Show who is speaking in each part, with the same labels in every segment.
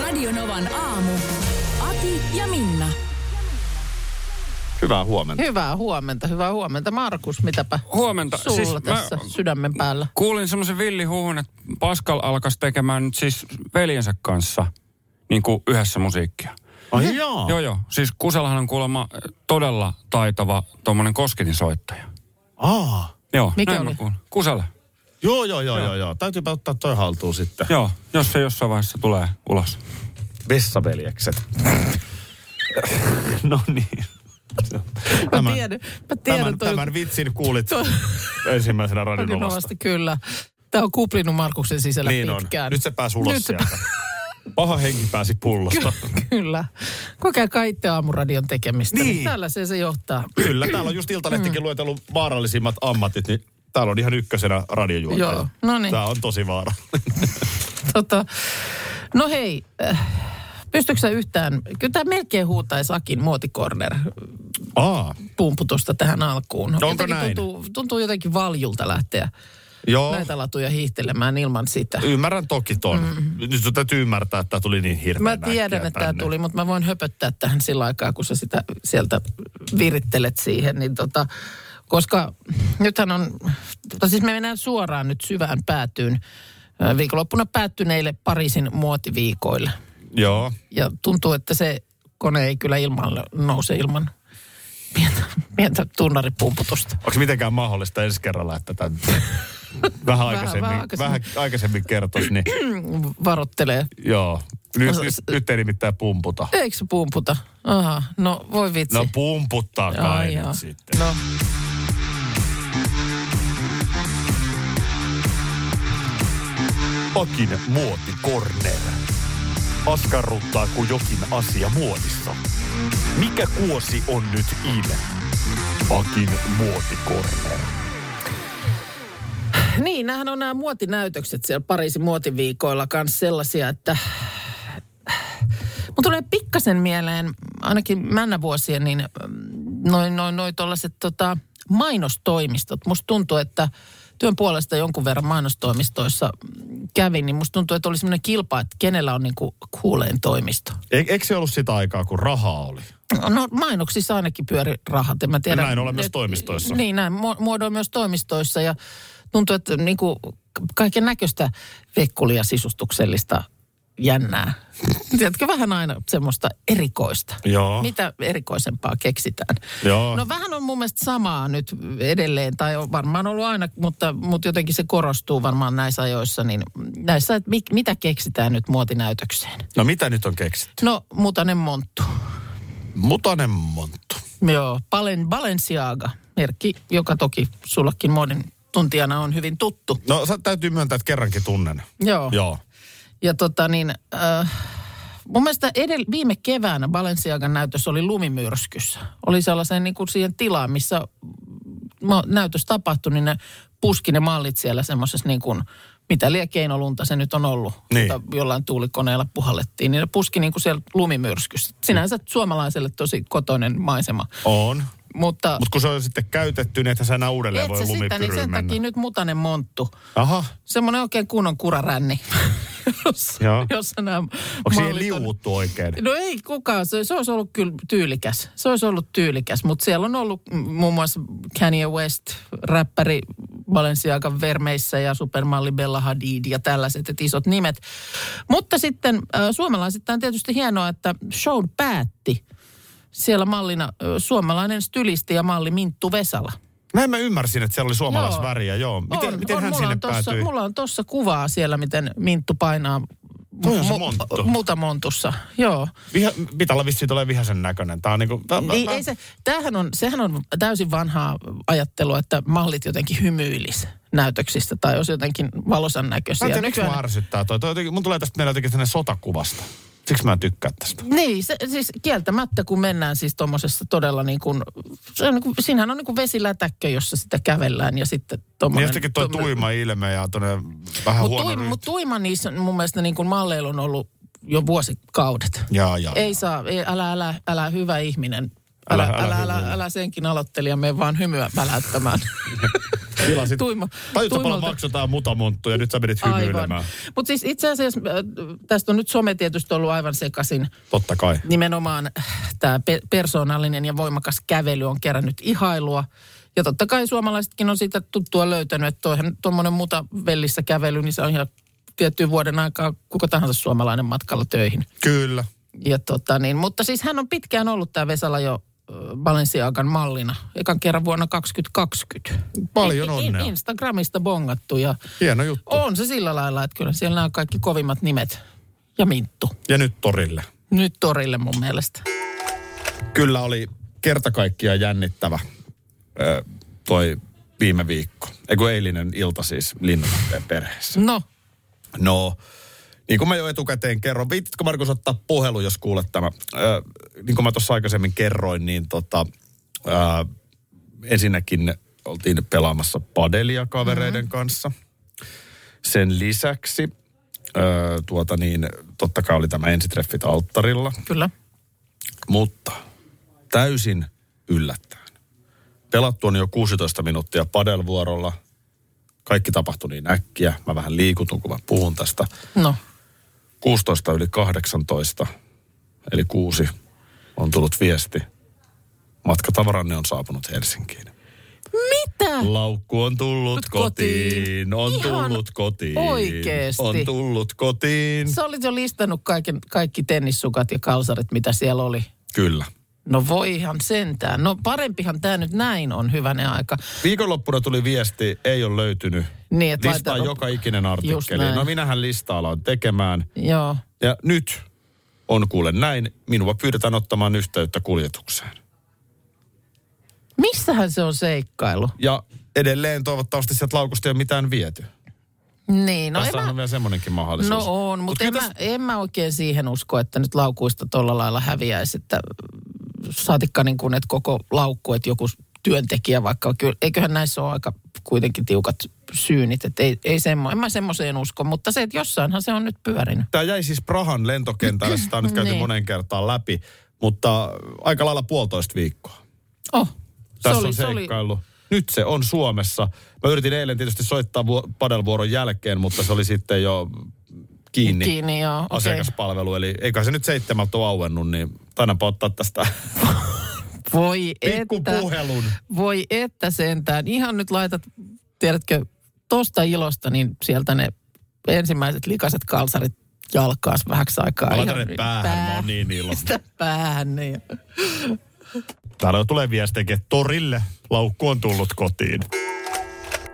Speaker 1: Radionovan aamu. Ati ja Minna.
Speaker 2: Hyvää huomenta.
Speaker 3: Hyvää huomenta, hyvää huomenta. Markus, mitäpä
Speaker 4: Huomenta.
Speaker 3: sulla siis tässä
Speaker 4: mä
Speaker 3: sydämen päällä?
Speaker 4: kuulin semmoisen villihuhun, että Pascal alkaisi tekemään nyt siis veljensä kanssa niin kuin yhdessä musiikkia.
Speaker 2: Ai jaa.
Speaker 4: Joo, joo. Siis Kusellahan on kuulemma eh, todella taitava tuommoinen kosketinsoittaja.
Speaker 2: Aa.
Speaker 4: Joo,
Speaker 3: Mikä
Speaker 4: näin
Speaker 3: oli?
Speaker 4: mä kuulin. Kusella.
Speaker 2: Joo, joo, joo, joo, joo. Täytyypä ottaa toi haltuun sitten.
Speaker 4: Joo, jos se jossain vaiheessa tulee ulos.
Speaker 2: Vessaveljekset. no niin.
Speaker 3: Mä tiedän, mä tiedän
Speaker 2: tämän,
Speaker 3: No toi
Speaker 2: tämän vitsin kuulit
Speaker 3: Toi-
Speaker 2: ensimmäisenä
Speaker 3: on
Speaker 2: radionovasta.
Speaker 3: Novasta, kyllä. Tämä on kuplinut Markuksen sisällä
Speaker 2: Niin on.
Speaker 3: pitkään.
Speaker 2: Nyt se pääsi ulos
Speaker 3: Nyt se
Speaker 2: sieltä. Paha henki pääsi pullosta.
Speaker 3: Kyllä. Kokeilkaa itse aamuradion tekemistä.
Speaker 2: Niin.
Speaker 3: Niin. Tällaiseen se johtaa.
Speaker 2: Kyllä, täällä on just
Speaker 3: Mm.
Speaker 2: Iltalehtikin luetellut vaarallisimmat ammatit, niin täällä on ihan ykkösenä radiojuontaja.
Speaker 3: Joo, no niin.
Speaker 2: Tämä on tosi vaarallinen.
Speaker 3: Tota, no hei, äh, pystytkö sä yhtään, kyllä tämä melkein huutaisi Akin muotikorner
Speaker 2: Aa,
Speaker 3: pumputusta tähän alkuun.
Speaker 2: Onko
Speaker 3: jotenkin
Speaker 2: näin?
Speaker 3: Tuntuu, tuntuu jotenkin valjulta lähteä
Speaker 2: joo.
Speaker 3: oh. näitä latuja hiihtelemään ilman sitä.
Speaker 2: Ymmärrän toki ton. Mm. Nyt sun täytyy ymmärtää, että tämä tuli niin hirveän
Speaker 3: Mä
Speaker 2: äkkiä
Speaker 3: tiedän, että tämä
Speaker 2: tänne.
Speaker 3: tuli, mutta mä voin höpöttää tähän sillä aikaa, kun sä sitä sieltä virittelet siihen. Niin tota, koska nythän on, tai siis me mennään suoraan nyt syvään päätyyn ö, viikonloppuna päättyneille Pariisin muotiviikoille.
Speaker 2: Joo.
Speaker 3: Ja tuntuu, että se kone ei kyllä ilmalle nouse ilman pientä, pientä tunnaripumputusta.
Speaker 2: Onko mitenkään mahdollista ensi kerralla, että tämän vähän aikaisemmin, vähän, aikaisemmin.
Speaker 3: vähän
Speaker 2: vähän
Speaker 3: aikaisemmin.
Speaker 2: aikaisemmin kertoisi, niin
Speaker 3: Varottelee.
Speaker 2: joo. Nyt,
Speaker 3: No,
Speaker 2: nyt,
Speaker 3: s-
Speaker 2: nyt ei nimittäin pumputa.
Speaker 3: Eikö se pumputa? Aha, no voi vitsi.
Speaker 2: No pumputtaa kai
Speaker 3: Ai
Speaker 2: nyt
Speaker 3: jaa.
Speaker 2: sitten.
Speaker 3: No.
Speaker 2: Akin muoti corner. Askarruttaa kuin jokin asia muodissa. Mikä kuosi on nyt in? Akin muoti corner.
Speaker 3: Niin, nämähän on nämä muotinäytökset siellä Pariisin muotiviikoilla kanssa sellaisia, että... Mun tulee pikkasen mieleen, ainakin männä vuosien, niin mm, noin noin noi tuollaiset tota, mainostoimistot. Musta tuntuu, että työn puolesta jonkun verran mainostoimistoissa mm, kävin, niin musta tuntuu, että oli semmoinen kilpa, että kenellä on niinku kuuleen toimisto.
Speaker 2: E, eikö se ollut sitä aikaa, kun rahaa oli?
Speaker 3: No mainoksissa ainakin pyöri rahat. En mä tiedä.
Speaker 2: Näin ollen myös toimistoissa.
Speaker 3: Niin, näin mu- muodoin myös toimistoissa ja tuntuu, että niin kuin kaiken näköistä vekkulia sisustuksellista jännää. Tiedätkö, vähän aina semmoista erikoista.
Speaker 2: Joo.
Speaker 3: Mitä erikoisempaa keksitään?
Speaker 2: Joo.
Speaker 3: No vähän on mun mielestä samaa nyt edelleen, tai on varmaan ollut aina, mutta, mutta jotenkin se korostuu varmaan näissä ajoissa, niin näissä, että mi- mitä keksitään nyt muotinäytökseen?
Speaker 2: No mitä nyt on keksitty?
Speaker 3: No, mutanen monttu.
Speaker 2: Mutanen monttu.
Speaker 3: Joo, Balen, Balenciaga, merkki, joka toki sullakin muodin tuntijana on hyvin tuttu.
Speaker 2: No sä täytyy myöntää, että kerrankin tunnen.
Speaker 3: Joo.
Speaker 2: Joo.
Speaker 3: Ja tota niin, äh, mun mielestä edell- viime keväänä Balenciagan näytös oli lumimyrskyssä. Oli sellaisen niin kuin siihen tilaan, missä ma- näytös tapahtui, niin ne puski ne mallit siellä semmoisessa niin kuin, mitä liian keinolunta se nyt on ollut,
Speaker 2: Niin.
Speaker 3: jota jollain tuulikoneella puhallettiin, niin ne puski niin kuin siellä lumimyrskyssä. Sinänsä suomalaiselle tosi kotoinen maisema.
Speaker 2: On.
Speaker 3: Mutta
Speaker 2: Mutta kun se on sitten käytetty, niin että sä enää uudelleen
Speaker 3: Et
Speaker 2: voi
Speaker 3: se sitä, niin
Speaker 2: lumipyryyn
Speaker 3: sen
Speaker 2: mennä.
Speaker 3: takia nyt mutanen monttu.
Speaker 2: Aha.
Speaker 3: Semmoinen oikein kunnon kuraränni, jossa,
Speaker 2: Joo.
Speaker 3: jossa nämä
Speaker 2: Onko siihen
Speaker 3: mallit on-
Speaker 2: liuuttu oikein?
Speaker 3: No ei kukaan, se, se olisi ollut kyllä tyylikäs. Se olisi ollut tyylikäs, mutta siellä on ollut mm, muun muassa Kanye West, räppäri Balenciagan vermeissä ja supermalli Bella Hadid ja tällaiset et isot nimet. Mutta sitten äh, suomalaisittain on tietysti hienoa, että show päätti siellä mallina äh, suomalainen stylisti ja malli Minttu Vesala.
Speaker 2: Näin mä ymmärsin, että siellä oli suomalaisväriä, joo. Miten,
Speaker 3: on,
Speaker 2: miten
Speaker 3: on,
Speaker 2: hän
Speaker 3: mulla
Speaker 2: sinne
Speaker 3: on tossa,
Speaker 2: päätyi?
Speaker 3: Mulla on tuossa kuvaa siellä, miten Minttu painaa
Speaker 2: Toi on se
Speaker 3: mu-
Speaker 2: monttu.
Speaker 3: mutamontussa, joo.
Speaker 2: Viha, pitää olla vissiin tulee vihasen näköinen. Tää on niinku, tää,
Speaker 3: Niin,
Speaker 2: tää-
Speaker 3: ei se, tämähän on, sehän on täysin vanhaa ajattelua, että mallit jotenkin hymyilis näytöksistä tai olisi jotenkin valosan
Speaker 2: Mä
Speaker 3: näköisiä.
Speaker 2: en tiedä, miksi mua ärsyttää toi. toi jotenkin, mun tulee tästä meillä jotenkin sellainen sotakuvasta. Siksi mä en tykkää tästä.
Speaker 3: Niin, se, siis kieltämättä kun mennään siis tuommoisessa todella niin kuin, se on niin kuin, siinähän on niin kuin vesilätäkkö, jossa sitä kävellään ja sitten
Speaker 2: Niin
Speaker 3: tuommoinen...
Speaker 2: jostakin toi tuima ilme ja tuonne vähän
Speaker 3: Mutta
Speaker 2: huono
Speaker 3: tuima,
Speaker 2: ryhti.
Speaker 3: mut tuima niissä mun mielestä niin kuin malleilla on ollut jo vuosikaudet.
Speaker 2: Jaa, jaa.
Speaker 3: Ei saa, ei, älä, älä, älä hyvä ihminen. Älä,
Speaker 2: Älä-
Speaker 3: älä,
Speaker 2: älä
Speaker 3: älä, älä,
Speaker 2: hymyile.
Speaker 3: älä, senkin aloittelija, mene vaan hymyä väläyttämään.
Speaker 2: Tilasit.
Speaker 3: Tuima-
Speaker 2: Tajutta paljon
Speaker 3: tuimalta-
Speaker 2: maksetaan mutamonttu ja nyt sä menit hymyilemään.
Speaker 3: Mutta siis itse asiassa äh, tästä on nyt some tietysti ollut aivan sekaisin.
Speaker 2: Totta kai.
Speaker 3: Nimenomaan tämä pe- persoonallinen ja voimakas kävely on kerännyt ihailua. Ja totta kai suomalaisetkin on siitä tuttua löytänyt, että toihan tuommoinen muta vellissä kävely, niin se on ihan tiettyyn vuoden aikaa kuka tahansa suomalainen matkalla töihin.
Speaker 2: Kyllä.
Speaker 3: Ja tota niin, mutta siis hän on pitkään ollut tämä Vesala jo ö, Balenciagan mallina. Ekan kerran vuonna 2020.
Speaker 2: Paljon
Speaker 3: In- in-
Speaker 2: onnea.
Speaker 3: Instagramista bongattu ja
Speaker 2: Hieno juttu.
Speaker 3: on se sillä lailla, että kyllä siellä on kaikki kovimmat nimet. Ja Minttu.
Speaker 2: Ja nyt torille.
Speaker 3: Nyt torille mun mielestä.
Speaker 2: Kyllä oli kerta kaikkiaan jännittävä ö, toi viime viikko. Eikö eilinen ilta siis Linnanahteen perheessä.
Speaker 3: No,
Speaker 2: No, niin kuin mä jo etukäteen kerron, viititkö Markus ottaa puhelu, jos kuulet tämä? Ö, niin kuin mä tuossa aikaisemmin kerroin, niin tota, ö, ensinnäkin oltiin pelaamassa padelia kavereiden mm-hmm. kanssa. Sen lisäksi, ö, tuota niin, totta kai oli tämä ensitreffit alttarilla,
Speaker 3: kyllä.
Speaker 2: mutta täysin yllättäen. Pelattu on jo 16 minuuttia padelvuorolla. Kaikki tapahtui niin äkkiä. Mä vähän liikutun, kun mä puhun tästä.
Speaker 3: No,
Speaker 2: 16 yli 18, eli kuusi, on tullut viesti. Matkatavaranne on saapunut Helsinkiin.
Speaker 3: mitä?
Speaker 2: Laukku on tullut
Speaker 3: Nyt Äh. kotiin.
Speaker 2: kotiin, on
Speaker 3: Ihan
Speaker 2: tullut kotiin.
Speaker 3: oikeesti.
Speaker 2: On tullut kotiin.
Speaker 3: Sä olit jo listannut kaiken, kaikki tennissukat ja kalsarit, mitä siellä oli.
Speaker 2: Kyllä.
Speaker 3: No voihan sentään. No parempihan tämä nyt näin on hyvänen aika.
Speaker 2: Viikonloppuna tuli viesti, ei ole löytynyt.
Speaker 3: Niin, et
Speaker 2: Listaa
Speaker 3: laita-
Speaker 2: joka ikinen
Speaker 3: Just
Speaker 2: artikkeli.
Speaker 3: näin.
Speaker 2: No minähän listaa aloin tekemään.
Speaker 3: Joo.
Speaker 2: Ja nyt on kuule näin, minua pyydetään ottamaan yhteyttä kuljetukseen.
Speaker 3: Missähän se on seikkailu?
Speaker 2: Ja edelleen toivottavasti sieltä laukusta ei ole mitään viety.
Speaker 3: Niin,
Speaker 2: No
Speaker 3: no en
Speaker 2: Tässä
Speaker 3: mä,
Speaker 2: on vielä semmoinenkin mahdollisuus.
Speaker 3: No on, mutta en,
Speaker 2: kyllä
Speaker 3: mä,
Speaker 2: tässä-
Speaker 3: en mä oikein siihen usko, että nyt laukuista tuolla lailla häviäisi, että saatikka niin kuin, että koko laukku, että joku työntekijä vaikka, kyllä, eiköhän näissä ole aika kuitenkin tiukat syynit, että ei, ei semmo, en mä semmoiseen usko, mutta se, että jossainhan se on nyt pyörinyt.
Speaker 2: Tämä jäi siis Prahan lentokentälle, sitä on nyt käyty
Speaker 3: Niin.
Speaker 2: monen kertaan läpi, mutta aika lailla puolitoista viikkoa.
Speaker 3: Oh,
Speaker 2: Tässä
Speaker 3: se oli,
Speaker 2: on
Speaker 3: se oli,
Speaker 2: seikkailu. Nyt se on Suomessa. Mä yritin eilen tietysti soittaa vuo- padelvuoron jälkeen, mutta se oli sitten jo kiinni,
Speaker 3: kiinni, joo, okei.
Speaker 2: asiakaspalvelu. Eli eikä se nyt seitsemältä ole auennut, niin tainapa ottaa tästä
Speaker 3: Voi että,
Speaker 2: pikkupuhelun.
Speaker 3: voi että sentään. Ihan nyt laitat, tiedätkö, tosta ilosta, niin sieltä ne ensimmäiset likaiset kalsarit jalkaas vähäksi aikaa.
Speaker 2: Mä laitan
Speaker 3: Ihan-
Speaker 2: ne päähän, mä oon niin iloinen.
Speaker 3: Pistä päähän, niin.
Speaker 2: Täällä tulee viestejäkin, että torille laukku on tullut kotiin.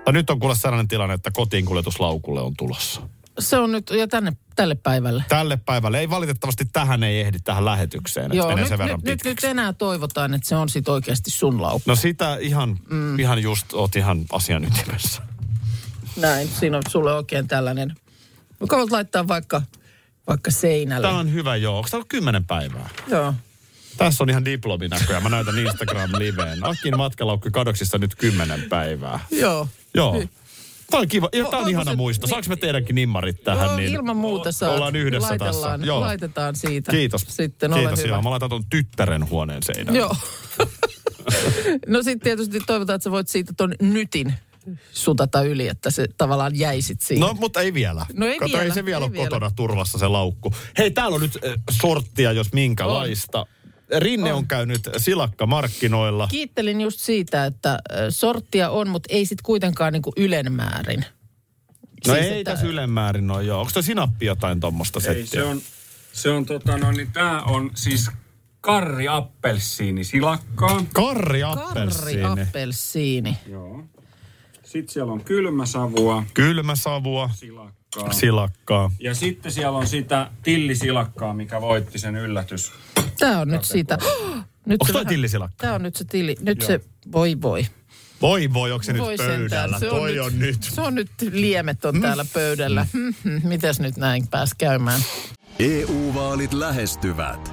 Speaker 2: No nyt on kuule sellainen tilanne, että kotiin kuljetuslaukulle on tulossa.
Speaker 3: Se on nyt jo tänne, tälle päivälle.
Speaker 2: Tälle päivälle ei valitettavasti tähän ei ehdi tähän lähetykseen, että menee
Speaker 3: nyt,
Speaker 2: sen verran
Speaker 3: nyt, nyt, nyt
Speaker 2: pitkäksi.
Speaker 3: enää toivotaan, että se on sit oikeasti sun laukku.
Speaker 2: No sitä ihan, mm. ihan just, oot ihan asian ytimessä.
Speaker 3: Näin, siinä on sulle oikein tällainen. Joka voit laittaa vaikka, vaikka seinälle.
Speaker 2: Tää on hyvä joo, onko täällä kymmenen päivää?
Speaker 3: Joo.
Speaker 2: Tässä on ihan diplomi näköjään, mä näytän Instagram-liveen. Akin matkalaukku kadoksissa nyt kymmenen päivää.
Speaker 3: Joo.
Speaker 2: Joo. Tämä on kiva. Ja
Speaker 3: O-
Speaker 2: tämä on
Speaker 3: onko
Speaker 2: ihana
Speaker 3: se-
Speaker 2: muisto. Saanko me teidänkin nimmarit tähän?
Speaker 3: Joo,
Speaker 2: niin
Speaker 3: ilman muuta saa.
Speaker 2: Ollaan yhdessä
Speaker 3: Laitellaan,
Speaker 2: tässä. Joo.
Speaker 3: Laitetaan siitä.
Speaker 2: Kiitos.
Speaker 3: Sitten
Speaker 2: Kiitos,
Speaker 3: ole hyvä.
Speaker 2: joo. Mä laitan ton tyttären huoneen seinään.
Speaker 3: Joo. no sitten tietysti toivotaan, että sä voit siitä ton nytin sutata yli, että se tavallaan jäisit siihen.
Speaker 2: No, mutta ei vielä.
Speaker 3: No ei
Speaker 2: Kato, ei
Speaker 3: vielä,
Speaker 2: se vielä
Speaker 3: ei
Speaker 2: ole
Speaker 3: vielä.
Speaker 2: kotona turvassa se laukku. Hei, täällä on nyt äh, sorttia, jos minkälaista. Rinne on, on käynyt silakkamarkkinoilla.
Speaker 3: Kiittelin just siitä, että ö, sorttia on, mutta ei sit kuitenkaan niinku ylen määrin.
Speaker 2: no
Speaker 3: Siis,
Speaker 2: ei
Speaker 3: että-
Speaker 2: tässä ylemmäärin ole, joo. Onko se sinappi jotain tuommoista
Speaker 4: Ei,
Speaker 2: settiä?
Speaker 4: se on, se on tota, no niin, tää on siis karri appelsiini silakkaa.
Speaker 2: Karri
Speaker 3: Karri
Speaker 2: appelsiini.
Speaker 3: appelsiini.
Speaker 4: Joo.
Speaker 5: Sitten siellä on kylmäsavua,
Speaker 2: Kylmäsavua,
Speaker 5: silakkaa.
Speaker 2: silakkaa.
Speaker 5: ja sitten siellä on sitä tillisilakkaa, mikä voitti sen yllätys.
Speaker 3: Tämä on nyt siitä. Nyt
Speaker 2: Onko
Speaker 3: se
Speaker 2: toi
Speaker 3: vähän-
Speaker 2: tillisilakka?
Speaker 3: Tämä on nyt se tilli. Nyt se, voi voi.
Speaker 2: Voi voi, onko se
Speaker 3: voi
Speaker 2: nyt pöydällä?
Speaker 3: sentään. Se
Speaker 2: Toi on nyt. Mm.
Speaker 3: Se on nyt, liemet on täällä pöydällä. Mhm, Mitäs nyt näin pääs käymään?
Speaker 6: EU-vaalit E lähestyvät.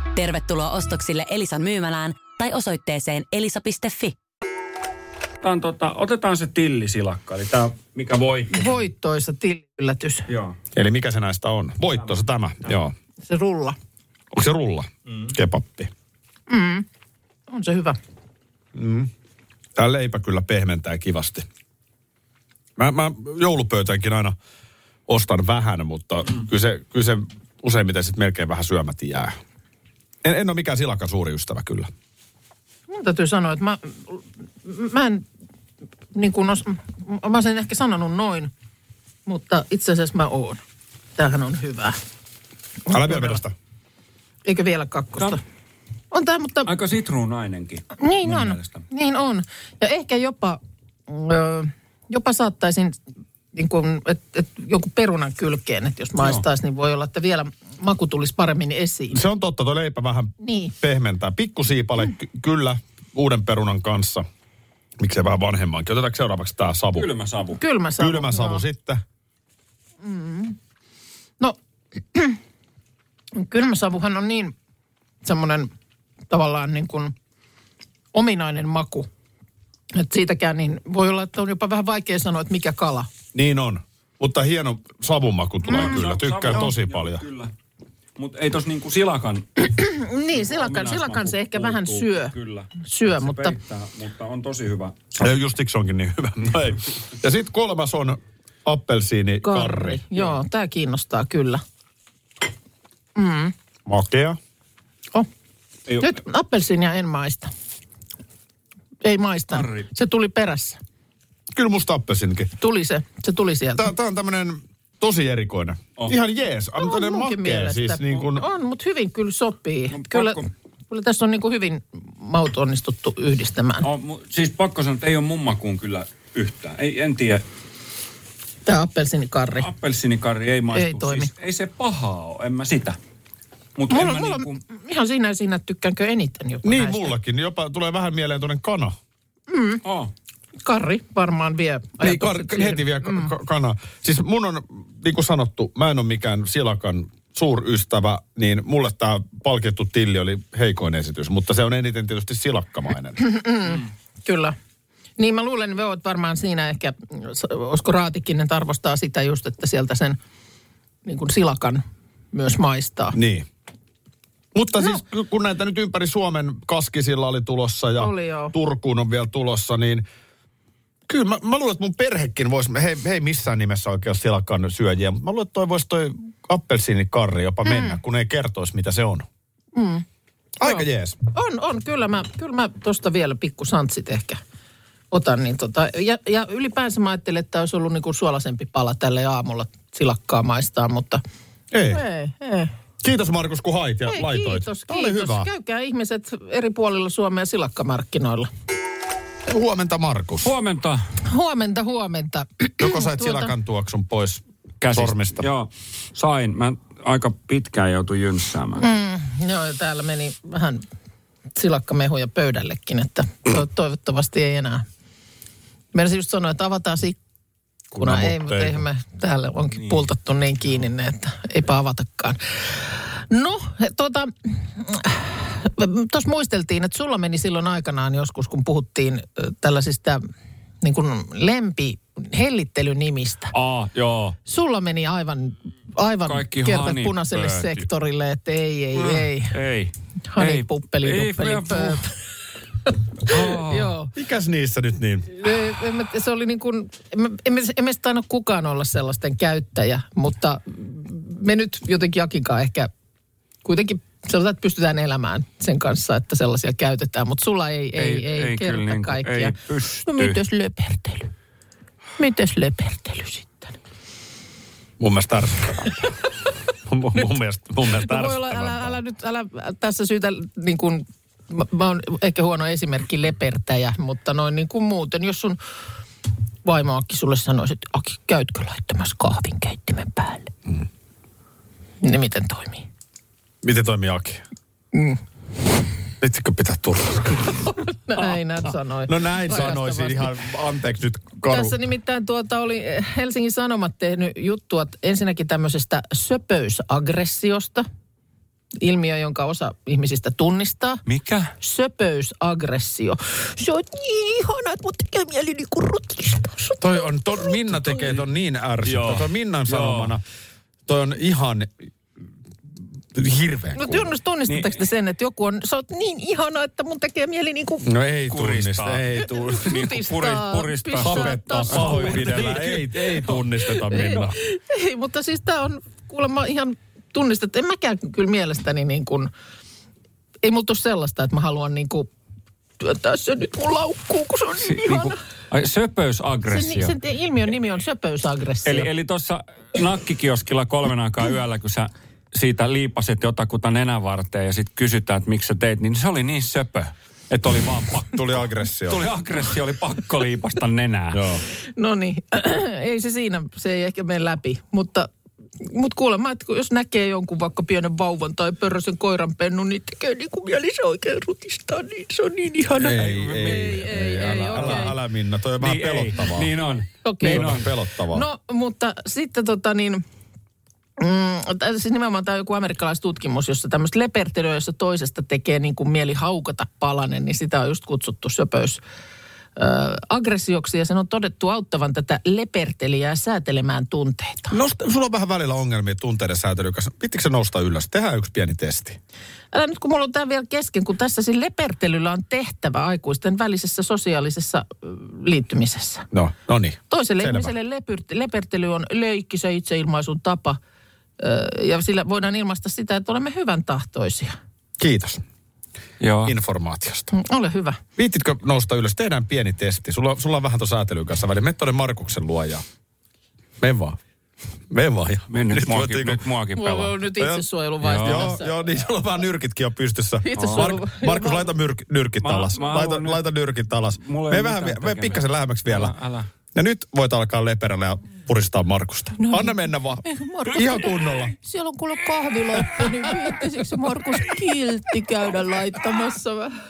Speaker 7: Tervetuloa ostoksille Elisan myymälään tai osoitteeseen elisa.fi.
Speaker 5: Otetaan, tota, otetaan se tillisilakka, eli tämä, mikä voitti.
Speaker 3: Voittoisa tilli yllätys.
Speaker 5: Joo.
Speaker 2: Eli mikä se näistä on? Voitto se tämä, joo.
Speaker 3: Se rulla.
Speaker 2: Onko se rulla? Mm. Kebappi.
Speaker 3: On se hyvä.
Speaker 2: Tämä leipä kyllä pehmentää kivasti. Mä, mä joulupöytäänkin aina ostan vähän, mutta kyllä se, kyllä se useimmiten sitten melkein vähän syömättä jää. En, en ole mikään silakan suuri ystävä kyllä.
Speaker 3: Mun täytyy sanoa, että mä, mä en, niin kuin os, mä olisin ehkä sanonut noin, mutta itse asiassa mä oon. Tämähän on hyvä.
Speaker 2: Älä vielä vedä sitä.
Speaker 3: Eikä vielä kakkosta. On tämä, mutta
Speaker 5: Aika sitruunainenkin.
Speaker 3: Niin
Speaker 5: mun
Speaker 3: on,
Speaker 5: mielestä.
Speaker 3: niin on. Ja ehkä jopa, ö, jopa saattaisin, niin kuin, et, et, joku perunan kylkeen, että jos maistaisi, niin voi olla, että vielä maku tulisi paremmin esiin.
Speaker 2: Se on totta, tuo leipä vähän
Speaker 3: Niin.
Speaker 2: pehmentää. Pikkusiipale mm. kyllä uuden perunan kanssa. Miksei vähän vanhemmankin. Otetaanko seuraavaksi tämä savu?
Speaker 5: Kylmä savu.
Speaker 3: Kylmä savu.
Speaker 2: Kylmä savu
Speaker 3: joo.
Speaker 2: sitten.
Speaker 3: No, kylmä savuhan on niin semmoinen tavallaan niin kuin ominainen maku. Että siitäkään niin voi olla, että on jopa vähän vaikea sanoa, että mikä kala.
Speaker 2: Niin on. Mutta hieno savumaku tulee mm, kyllä. Tykkään
Speaker 5: Savu-
Speaker 2: tosi
Speaker 5: joo,
Speaker 2: paljon.
Speaker 5: Kyllä. Mutta ei tos niinku silakan
Speaker 3: Niin, silakan, silakan se ehkä vähän
Speaker 5: puuttuu,
Speaker 3: syö,
Speaker 5: Kyllä.
Speaker 3: syö
Speaker 5: Se
Speaker 3: mutta
Speaker 5: Peittää, mutta on tosi hyvä.
Speaker 2: Ja just siksi onkin niin hyvä. No ei. Ja sitten kolmas on
Speaker 3: karri.
Speaker 2: appelsiinikarri.
Speaker 3: Joo, tämä kiinnostaa kyllä.
Speaker 2: Makea.
Speaker 3: Oh.
Speaker 5: Ei oo-
Speaker 3: Nyt appelsiinia en maista. Ei maista.
Speaker 5: Harri.
Speaker 3: Se tuli perässä.
Speaker 2: Kyllä musta appelsiinikin.
Speaker 3: Tuli se. Se tuli sieltä.
Speaker 2: Tämä on tämmöinen tosi erikoinen.
Speaker 5: On.
Speaker 2: Ihan jees.
Speaker 3: No,
Speaker 2: On tämmöinen
Speaker 3: munkin
Speaker 2: makea.
Speaker 3: mielestä.
Speaker 2: Siis niin kuin,
Speaker 3: On, mutta hyvin kyllä sopii.
Speaker 5: On
Speaker 3: kyllä,
Speaker 5: pakko-
Speaker 3: kyllä tässä on niin kuin hyvin maut onnistuttu yhdistämään.
Speaker 5: No, mu- siis pakko sanoa, että ei ole mummakuun kyllä yhtään. Ei, en tiedä.
Speaker 3: Tämä appelsiinikarri.
Speaker 4: No,
Speaker 5: Appelsiinikarri ei maistu.
Speaker 3: Ei toimi.
Speaker 5: Siis, ei se pahaa ole, en mä sitä. Mutta en
Speaker 3: Mulla,
Speaker 5: mä
Speaker 3: mulla
Speaker 5: niinku,
Speaker 3: ihan siinä ja siinä tykkäänkö eniten jopa
Speaker 2: niin
Speaker 3: näistä.
Speaker 2: mullakin. Jopa tulee vähän mieleen tuonne kana.
Speaker 3: Mm.
Speaker 5: oo.
Speaker 3: Karri varmaan vie
Speaker 2: Niin,
Speaker 3: ajatukset
Speaker 2: kar-
Speaker 3: siihen.
Speaker 2: heti vielä mm. kana. Siis mun on, niin kuin sanottu, mä en ole mikään silakan suurystävä, niin mulle tämä palkittu tilli oli heikoin esitys, mutta se on eniten tietysti silakkamainen.
Speaker 3: Kyllä. Niin mä luulen, että oot varmaan siinä ehkä, olisiko Raatikinen tarvostaa sitä just, että sieltä sen niin kuin silakan myös maistaa.
Speaker 2: Niin. Mutta no. siis kun näitä nyt ympäri Suomen kaskisilla oli tulossa ja
Speaker 3: Oli joo.
Speaker 2: Turkuun on vielä tulossa, niin kyllä mä, mä luulen, että mun perhekin voisi, hei, hei missään nimessä oikein ole silakkaan syöjiä, mutta mä luulen, että toi voisi toi appelsiinikarri jopa mm. mennä, kun ei kertoisi mitä se on. Mm. Aika
Speaker 3: Joo.
Speaker 2: jees.
Speaker 3: On, on. Kyllä mä, kyllä mä tosta vielä pikku santsit ehkä otan. Niin tota, ja, ja ylipäänsä mä ajattelin, että olisi ollut niin kuin suolaisempi pala tälle aamulla silakkaa maistaa, mutta
Speaker 2: Ei.
Speaker 3: ei, ei.
Speaker 2: Kiitos Markus, kun hait ja
Speaker 3: ei
Speaker 2: laitoit.
Speaker 3: kiitos,
Speaker 2: Tää oli
Speaker 3: kiitos.
Speaker 2: hyvä.
Speaker 3: Käykää ihmiset eri puolilla Suomea silakkamarkkinoilla.
Speaker 2: Huomenta Markus.
Speaker 4: Huomenta.
Speaker 3: Huomenta, huomenta.
Speaker 2: Joko sait
Speaker 3: Tuota-
Speaker 2: silakan tuoksun pois
Speaker 4: Käsistä.
Speaker 2: sormista?
Speaker 5: Joo, sain. Mä aika pitkään joutuin jynssäämään.
Speaker 3: Mm. Joo, ja täällä meni vähän silakkamehuja pöydällekin, että to- toivottavasti ei enää. Meidän just sanoa, että avataan ikkuna. Ei, mutta eihän me täällä onkin niin. pultattu niin kiinni ne, että eipä avatakaan. No, tuota, tuossa muisteltiin, että sulla meni silloin aikanaan joskus, kun puhuttiin ö, tällaisista niin kuin lempi hellittelynimistä.
Speaker 4: Aa, joo.
Speaker 3: Sulla meni aivan, aivan
Speaker 4: Kaikki
Speaker 3: kerta
Speaker 4: hanipöötit.
Speaker 3: punaiselle sektorille, että ei, ei, ei.
Speaker 4: Ei. Ei.
Speaker 3: Hanipuppeli,
Speaker 4: Ei,
Speaker 3: duppeli,
Speaker 4: kyllä,
Speaker 3: pööt.
Speaker 4: Aa.
Speaker 3: Joo.
Speaker 2: Mikäs niissä nyt niin?
Speaker 3: Ei, en mä- Se oli niin kuin, en mä- en mä- en meistä tainnut kukaan olla sellaisten käyttäjä, mutta me nyt jotenkin Jakinkaan ehkä kuitenkin sanotaan, että pystytään elämään sen kanssa, että sellaisia käytetään, mutta sulla ei, ei, ei,
Speaker 4: Ei-
Speaker 3: ei,
Speaker 4: ei
Speaker 3: ei kerta
Speaker 4: kyllä niinku,
Speaker 3: kaikkia.
Speaker 4: ei pysty.
Speaker 3: No mitäs löpertely? Mitäs löpertely sitten?
Speaker 2: Mun mielestä ärsyttävää. mun, mun, mielestä, mun mielestä
Speaker 3: No voi olla,
Speaker 2: ärsyttävää.
Speaker 3: älä, älä nyt, älä tässä syytä niin kuin, mä, mä oon ehkä huono esimerkki lepertäjä, mutta noin niin kuin muuten, jos sun vaimo Aki sulle sanoisi, että Aki, käytkö laittamassa kahvin keittimen päälle? Mm.
Speaker 2: Mm-hmm.
Speaker 3: Niin miten toimii?
Speaker 2: Miten toimii Aki? Mm. Itsekö pitää turvaa?
Speaker 3: Näin hän sanoi.
Speaker 2: No näin sanoisin
Speaker 3: Rakastavasti.
Speaker 2: ihan, anteeksi nyt Karu.
Speaker 3: Tässä nimittäin tuota oli Helsingin Sanomat tehnyt juttua että ensinnäkin tämmöisestä söpöysaggressiosta, ilmiö, jonka osa ihmisistä tunnistaa.
Speaker 4: Mikä?
Speaker 3: söpöysaggressio. Se on niin ihana, mutta tekee mieli niinku rutistaa sut.
Speaker 2: Toi on, ton, Minna tekee ton niin ärsyttävää.
Speaker 4: Joo.
Speaker 2: Toi on Minnan
Speaker 4: Joo.
Speaker 2: sanomana. Toi on ihan hirveä
Speaker 3: No
Speaker 2: kuva.
Speaker 3: tunnust- tunnistatteko
Speaker 4: Niin.
Speaker 3: te sen, että joku on, sä oot niin ihana, että mun tekee mieli niinku
Speaker 2: No ei
Speaker 4: Kuristaa.
Speaker 2: tunnista, ei tunnista.
Speaker 4: Niin kuin puri- puristaa
Speaker 3: pistää
Speaker 2: Tapettaa,
Speaker 3: taskuun.
Speaker 2: pahoinpidellä, ei, ei tunnisteta Minna.
Speaker 3: Ei, mutta siis tää on kuulemma ihan tunnistettu. En mäkään kyllä mielestäni niin kuin, ei mulla tule sellaista, että mä haluan niin kuin työntää se nyt mun laukkuun, kun se on niin ihana.
Speaker 4: Niinku, ai, söpöysaggressio.
Speaker 3: sen, sen te- ilmiön nimi on söpöysaggressio.
Speaker 4: Eli, eli tuossa nakkikioskilla kolmen aikaa
Speaker 3: Mm.
Speaker 4: yöllä, kun sä siitä liipaset jotakuta nenän varteen ja sitten kysytään, että miksi sä teit, niin se oli niin söpö, että oli vaan pakko.
Speaker 2: Tuli aggressio.
Speaker 4: Tuli aggressio, oli pakko liipasta nenää.
Speaker 2: Joo.
Speaker 3: No niin, ei se siinä, se ei ehkä mene läpi, mutta mutta kuulemma, että kun jos näkee jonkun vaikka pienen vauvan tai pörrösen koiran pennun, niin tekee niin kuin mieli se oikein rutistaa, niin se on niin ihana.
Speaker 2: Ei, ei, ei,
Speaker 3: ei, ei,
Speaker 2: älä,
Speaker 3: okei.
Speaker 2: älä, älä Minna, toi on vähän
Speaker 4: Niin ei,
Speaker 2: pelottavaa.
Speaker 4: Niin on.
Speaker 3: Okei.
Speaker 2: Toi on vähän pelottavaa.
Speaker 3: No, mutta sitten tota niin, mm, tää- siis nimenomaan tämä on joku amerikkalaistutkimus, jossa tämmöistä lepertelyä, jossa toisesta tekee niin kuin mieli haukata palanen, niin sitä on just kutsuttu söpöys ö, aggressioksi ja sen on todettu auttavan tätä lepertelijää säätelemään tunteita.
Speaker 2: Nosta, sulla on vähän välillä ongelmia tunteiden säätelyn kanssa. Pittikö se nousta ylös? Tehdään yksi pieni testi.
Speaker 3: Älä nyt, kun mulla on tämä vielä kesken, kun tässä siis lepertelyllä on tehtävä aikuisten välisessä sosiaalisessa ö, liittymisessä.
Speaker 2: No, no niin.
Speaker 3: Toiselle
Speaker 2: Selvä.
Speaker 3: ihmiselle lepyrt, lepertely on leikkisä itseilmaisun tapa, ö, ja sillä voidaan ilmaista sitä, että olemme hyvän tahtoisia.
Speaker 2: Kiitos
Speaker 4: Joo.
Speaker 2: informaatiosta.
Speaker 3: Mm, Ole hyvä.
Speaker 2: Viittitkö nousta ylös? Tehdään pieni testi. Sulla, sulla on vähän tuon säätelyn kanssa väliä. Mene tuonne Markuksen luo ja... Men vaan. Men vaan. ja- niinku-
Speaker 4: Nyt, nyt, muakin,
Speaker 2: voitiin-
Speaker 4: nyt muakin
Speaker 3: Mulla
Speaker 4: pelaa.
Speaker 3: on nyt itsesuojeluvaihto
Speaker 2: Niin Joo,
Speaker 3: tässä.
Speaker 2: joo, niin sulla on vähän nyrkitkin jo pystyssä.
Speaker 3: Itse sulla on-
Speaker 2: Mark, Markus, laita myrk, nyrkit
Speaker 4: Mä-
Speaker 2: alas.
Speaker 4: mä
Speaker 2: laita,
Speaker 4: haluan nyt-
Speaker 2: laita nyrkit alas.
Speaker 4: Mulla ei
Speaker 2: Me
Speaker 4: ole
Speaker 2: vähän, me
Speaker 4: mitään tekemistä.
Speaker 2: pikkasen lähemmäksi vielä.
Speaker 4: Älä, älä.
Speaker 2: Ja nyt voit alkaa leperällä ja puristaa Markusta. No, Anna mennä vaan.
Speaker 3: niin. Markus-
Speaker 2: Ihan kunnolla.
Speaker 3: Siellä on kuule kahviloppu, niin viittisikö Markus kiltti käydä laittamassa vähän?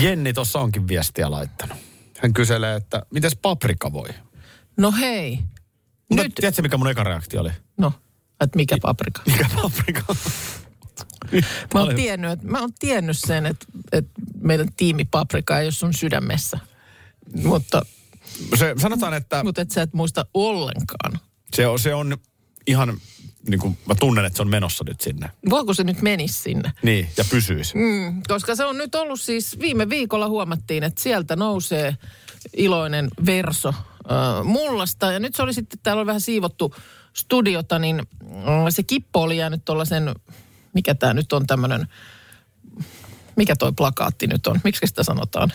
Speaker 2: Jenni tuossa onkin viestiä laittanut. Hän kyselee, että mites paprika voi?
Speaker 3: No hei.
Speaker 2: No,
Speaker 3: Nyt.
Speaker 2: tiedätkö, mikä mun eka reaktio oli?
Speaker 3: No, että mikä paprika?
Speaker 2: Mikä paprika?
Speaker 3: Mä oon tiennyt, että, mä oon tiennyt sen, että, että meidän tiimi Paprika ei ole sun sydämessä. Mutta,
Speaker 2: Se, sanotaan, että
Speaker 3: mutta et sä et muista ollenkaan.
Speaker 2: se on, se on ihan, niin kuin mä tunnen, että se on menossa nyt sinne.
Speaker 3: Voiko se nyt meni sinne?
Speaker 2: Niin, ja pysyisi.
Speaker 3: Mm, koska se on nyt ollut siis, viime viikolla huomattiin, että sieltä nousee iloinen verso äh, mullasta. Ja nyt se oli sitten, täällä oli vähän siivottu studiota, niin mm, se kippo oli jäänyt tuollaisen, mikä tämä nyt on tämmöinen, mikä toi plakaatti nyt on, miksi sitä sanotaan?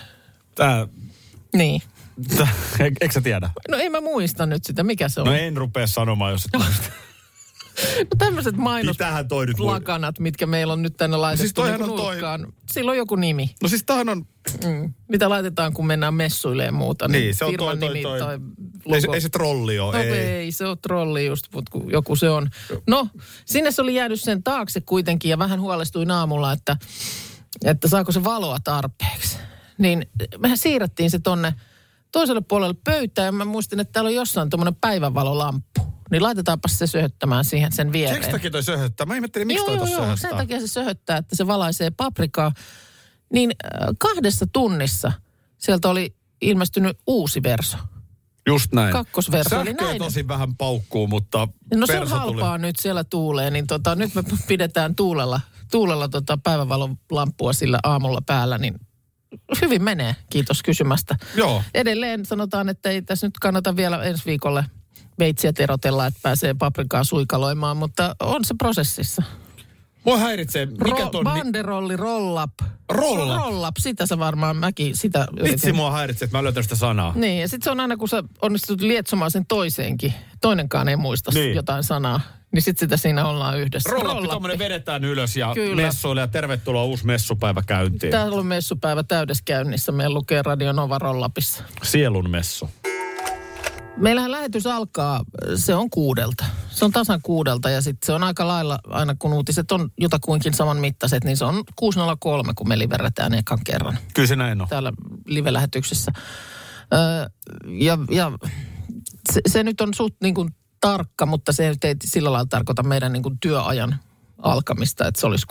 Speaker 2: Tää,
Speaker 3: Niin.
Speaker 2: tää, eikö sä tiedä?
Speaker 3: No en mä muista nyt sitä, mikä se on.
Speaker 2: No
Speaker 3: No,
Speaker 2: en rupea sanomaan, jos et muista.
Speaker 3: no tämmöiset mainos...
Speaker 2: Mitähän toi nyt voi?
Speaker 3: Lakanat, mitkä meillä on nyt tänne laitettu
Speaker 2: Siis toihan
Speaker 3: niinku
Speaker 2: on toi-
Speaker 3: nurkkaan. Sillä on joku nimi,
Speaker 2: No siis tämähän on,
Speaker 3: mm. mitä laitetaan, kun mennään messuille ja muuta.
Speaker 2: Niin, se on
Speaker 3: firman
Speaker 2: toi- toi-
Speaker 3: nimi
Speaker 2: toi-
Speaker 3: tai
Speaker 2: ei se,
Speaker 3: logo.
Speaker 2: ei se trolli ole,
Speaker 3: No ei.
Speaker 2: ei.
Speaker 3: ei, se on trolli just, mutta kun joku se on. No, sinne se oli jäänyt sen taakse kuitenkin ja vähän huolestuin aamulla, että, että saako se valoa tarpeeksi. Niin mehän siirrettiin se tonne toiselle puolelle pöytää ja mä muistin, että täällä on jossain tuommoinen päivänvalolamppu. Niin laitetaanpa se söhöttämään siihen sen viereen.
Speaker 2: Sen takia toi söhöttää. Mä ihmettelin, miksi toi
Speaker 3: joo,
Speaker 2: tuossa
Speaker 3: joo, joo. Sen
Speaker 2: söhöttää.
Speaker 3: takia se söhöttää, että se valaisee paprikaa. Niin äh, kahdessa tunnissa sieltä oli ilmestynyt uusi verso.
Speaker 2: Just näin.
Speaker 3: Kakkosverso oli
Speaker 2: Sähköä
Speaker 3: näin.
Speaker 2: tosi vähän paukkuu, mutta
Speaker 3: No se on
Speaker 2: perso tuli.
Speaker 3: halpaa nyt, siellä tuulee, niin tota, nyt me pidetään tuulella, tuulella tota päivävalon lamppua sillä aamulla päällä, niin hyvin menee, kiitos kysymästä.
Speaker 2: Joo.
Speaker 3: Edelleen sanotaan, että ei tässä nyt kannata vielä ensi viikolle veitsiä terotella, että pääsee paprikaa suikaloimaan, mutta on se prosessissa.
Speaker 2: Mua häiritsee, mikä
Speaker 3: Ro-
Speaker 2: ton... ni-
Speaker 3: banderolli, rollap.
Speaker 2: Rollap?
Speaker 3: Rollap, sitä sä varmaan mäkin, sitä
Speaker 2: Vitsi
Speaker 3: yritin.
Speaker 2: mua häiritsee, että mä en löytänyt sitä sanaa.
Speaker 3: Niin, ja sitten se on aina, kun sä onnistut lietsomaan sen toiseenkin, toinenkaan ei muista
Speaker 2: Niin.
Speaker 3: niin. jotain sanaa, niin sitten sitä siinä ollaan yhdessä.
Speaker 2: Rollappi,
Speaker 3: Rollappi.
Speaker 2: tuommoinen vedetään ylös ja
Speaker 3: Kyllä.
Speaker 2: messuille ja tervetuloa uusi messupäivä käyntiin.
Speaker 3: Täällä on messupäivä täydessä käynnissä. Meillä lukee Radio Nova Rollapissa.
Speaker 2: Sielun messu.
Speaker 3: Meillähän lähetys alkaa, se on kuudelta. Se on tasan kuudelta ja sitten se on aika lailla, aina kun uutiset on jotakuinkin saman mittaiset, niin se on 6.03, kun me liverätään ekan kerran.
Speaker 2: Kyllä se näin on.
Speaker 3: täällä live-lähetyksessä. Öö, ja ja se, se nyt on suht niin kuin tarkka, mutta se nyt ei sillä lailla tarkoita meidän niin kuin työajan alkamista, että se olisi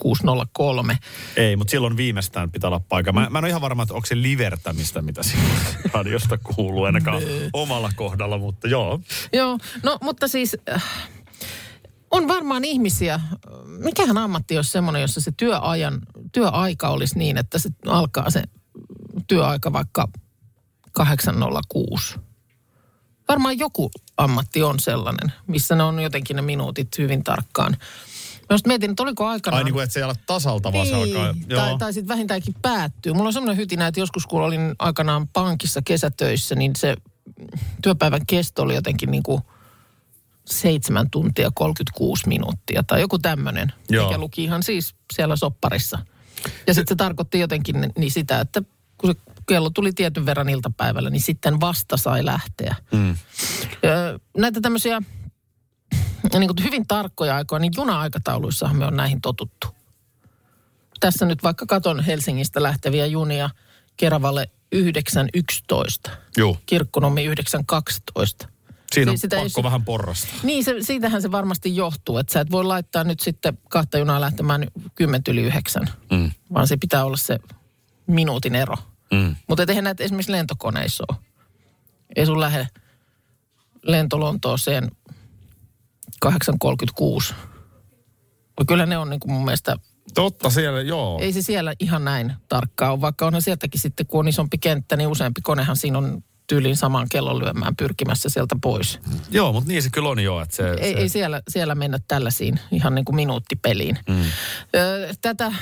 Speaker 3: 6.03.
Speaker 2: Ei, mutta silloin viimeistään pitää olla paikka. Mä, mä en ole ihan varma, että onko se livertämistä, mitä siinä radiosta kuuluu ainakaan
Speaker 3: Niin.
Speaker 2: omalla kohdalla, mutta joo.
Speaker 3: Joo, no mutta siis äh, on varmaan ihmisiä, mikähän ammatti olisi semmoinen, jossa se työajan, työaika olisi niin, että se alkaa se työaika vaikka 8.06. Varmaan joku ammatti on sellainen, missä ne on jotenkin ne minuutit hyvin tarkkaan. Mä just mietin, että oliko aikana...
Speaker 2: Ai niin kuin, että se ei ole tasalta, vaan se alkaa.
Speaker 3: Niin,
Speaker 2: Joo.
Speaker 3: tai, tai sitten vähintäänkin päättyy. Mulla on semmoinen hytinä, että joskus kun olin aikanaan pankissa kesätöissä, niin se työpäivän kesto oli jotenkin niin kuin 7 tuntia 36 minuuttia tai joku tämmöinen,
Speaker 2: Joo.
Speaker 3: mikä luki ihan siis siellä sopparissa. Ja sitten se tarkoitti jotenkin ni- niin sitä, että kun se kello tuli tietyn verran iltapäivällä, niin sitten vasta sai lähteä. Mm. Näitä tämmöisiä niin kuin hyvin tarkkoja aikoja, niin juna-aikatauluissahan me on näihin totuttu tässä nyt vaikka katon Helsingistä lähteviä junia Keravalle 9.11,
Speaker 2: Joo.
Speaker 3: kirkkonommi 9.12.
Speaker 2: Siinä on
Speaker 3: Siis sitä ei
Speaker 2: pakko
Speaker 3: sy-
Speaker 2: vähän porrasta.
Speaker 3: Niin, se, siitähän se varmasti johtuu, että sä et voi laittaa nyt sitten kahta junaa lähtemään 10 yli 9, mm. vaan se pitää olla se minuutin ero. Mm. Mutta eihän näitä esimerkiksi lentokoneissa ole. Ei sun lähde lento Lontooseen 8.36. No Kyllä ne on niin kuin mun mielestä
Speaker 2: Totta siellä, joo.
Speaker 3: ei se siellä ihan näin tarkkaa ole, vaikka onhan sieltäkin sitten, kun on isompi kenttä, niin useampi konehan siinä on tyyliin samaan kellon lyömään pyrkimässä sieltä pois.
Speaker 2: Joo, mutta niin se kyllä on joo, että se...
Speaker 3: Ei,
Speaker 2: se...
Speaker 3: ei siellä, siellä mennä tällaisiin ihan niin kuin minuuttipeliin. Mm. Tätä,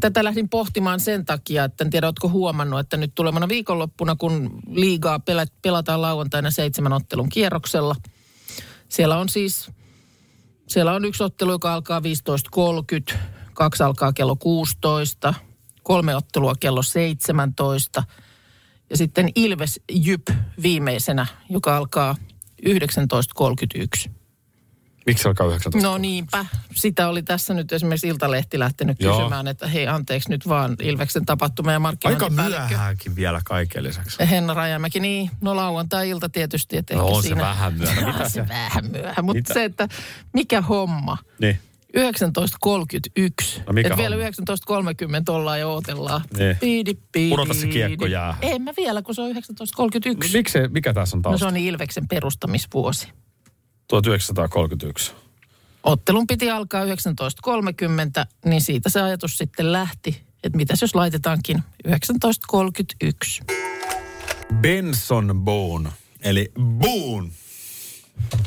Speaker 3: tätä lähdin pohtimaan sen takia, että en tiedä, ootko huomannut, että nyt tulevana viikonloppuna, kun liigaa pela- pelataan lauantaina seitsemän ottelun kierroksella, siellä on siis siellä on yksi ottelu, joka alkaa 15.30, kaksi alkaa kello 16, kolme ottelua kello 17 ja sitten Ilves Jyp viimeisenä, joka alkaa 19.31.
Speaker 2: Miksi se alkaa 19?
Speaker 3: No niinpä, sitä oli tässä nyt esimerkiksi Iltalehti lähtenyt
Speaker 2: Joo.
Speaker 3: Joo. kysymään, että hei anteeksi nyt vaan Ilveksen tapahtuma ja
Speaker 2: Aika
Speaker 3: markkinointipäällikkö.
Speaker 2: myöhäänkin vielä kaiken lisäksi.
Speaker 3: Henna Rajamäki, niin, no lauantai-ilta tietysti, että
Speaker 2: No
Speaker 3: ehkä
Speaker 2: on se
Speaker 3: siinä...
Speaker 2: vähän myöhä. Mitä
Speaker 3: on
Speaker 2: se-
Speaker 3: se vähän myöhä, mutta
Speaker 2: Mitä?
Speaker 3: se, että mikä homma.
Speaker 2: Niin.
Speaker 3: 19.31.
Speaker 2: No mikä
Speaker 3: Et vielä
Speaker 2: homma?
Speaker 3: 19.30 ollaan ja ootellaan.
Speaker 2: Niin.
Speaker 3: Piidi, piidi.
Speaker 2: Pudota se kiekko jäähän.
Speaker 3: Ei mä vielä, kun se on 19.31.
Speaker 2: Miksi, se- mikä tässä on
Speaker 3: No
Speaker 2: taas?
Speaker 3: se on Ilveksen perustamisvuosi.
Speaker 2: 1931.
Speaker 3: Ottelun piti alkaa 19.30, niin siitä se ajatus sitten lähti, että mitäs jos laitetaankin 19.31.
Speaker 2: Benson Boone, eli Boone.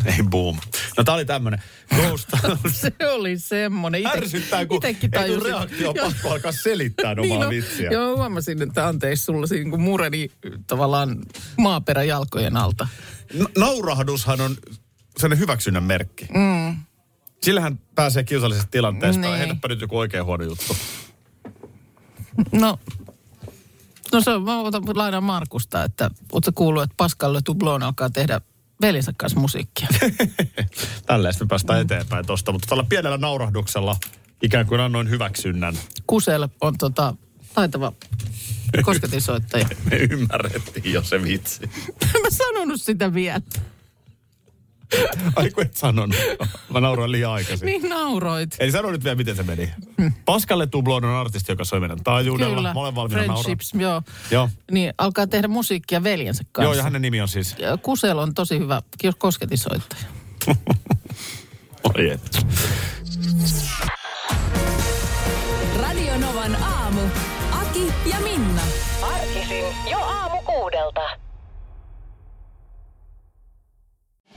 Speaker 2: Ei boom. No tää oli tämmönen. Ghost
Speaker 3: Se oli semmoinen. Ite-
Speaker 2: ärsyttää, kun
Speaker 3: itekin
Speaker 2: ei tuu
Speaker 3: tajusin.
Speaker 2: reaktio, on
Speaker 3: Joo. Niin
Speaker 2: pakko alkaa selittää omaa
Speaker 3: on.
Speaker 2: vitsiä.
Speaker 3: Joo, huomasin, että anteeksi, sulla siinä kun mureni tavallaan maaperä jalkojen alta.
Speaker 2: N- Naurahdushan on sellainen hyväksynnän merkki. Mm. Sillähän pääsee kiusallisesta tilanteesta.
Speaker 3: Niin.
Speaker 2: Niin. Heitäpä nyt joku oikein huono juttu.
Speaker 3: No, no se on, mä otan, lainaan Markusta, että ootko kuullut, että Pascal Le Toublon alkaa tehdä velinsä kanssa musiikkia.
Speaker 2: Tälleen me päästään eteenpäin tosta. Mutta tällä pienellä naurahduksella ikään kuin annoin hyväksynnän.
Speaker 3: Kusel on tota, taitava kosketinsoittaja.
Speaker 2: Me ymmärrettiin jo se vitsi.
Speaker 3: En mä sanonut sitä vielä.
Speaker 2: Ai kun et sanonut. Mä nauroin liian aikaisin.
Speaker 3: Niin nauroit.
Speaker 2: Eli sano nyt vielä, miten se meni. Paskalle Tublon on artisti, joka soi meidän taajuudella.
Speaker 3: Kyllä.
Speaker 2: Mä olen valmiina nauraa.
Speaker 3: Friendships, joo.
Speaker 2: Joo.
Speaker 3: Niin alkaa tehdä musiikkia veljensä kanssa.
Speaker 2: Joo, ja hänen nimi on siis...
Speaker 3: Ja Kusel on tosi hyvä ki- kosketisoittaja.
Speaker 2: Oi et.
Speaker 1: Radio Novan aamu. Aki ja Minna.
Speaker 8: Arkisin jo aamu kuudelta.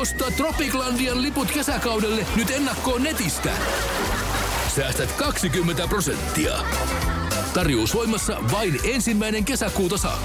Speaker 9: Osta Tropiclandian liput kesäkaudelle nyt ennakkoon netistä. Säästät 20 prosenttia. Tarjous voimassa vain ensimmäinen kesäkuuta saakka.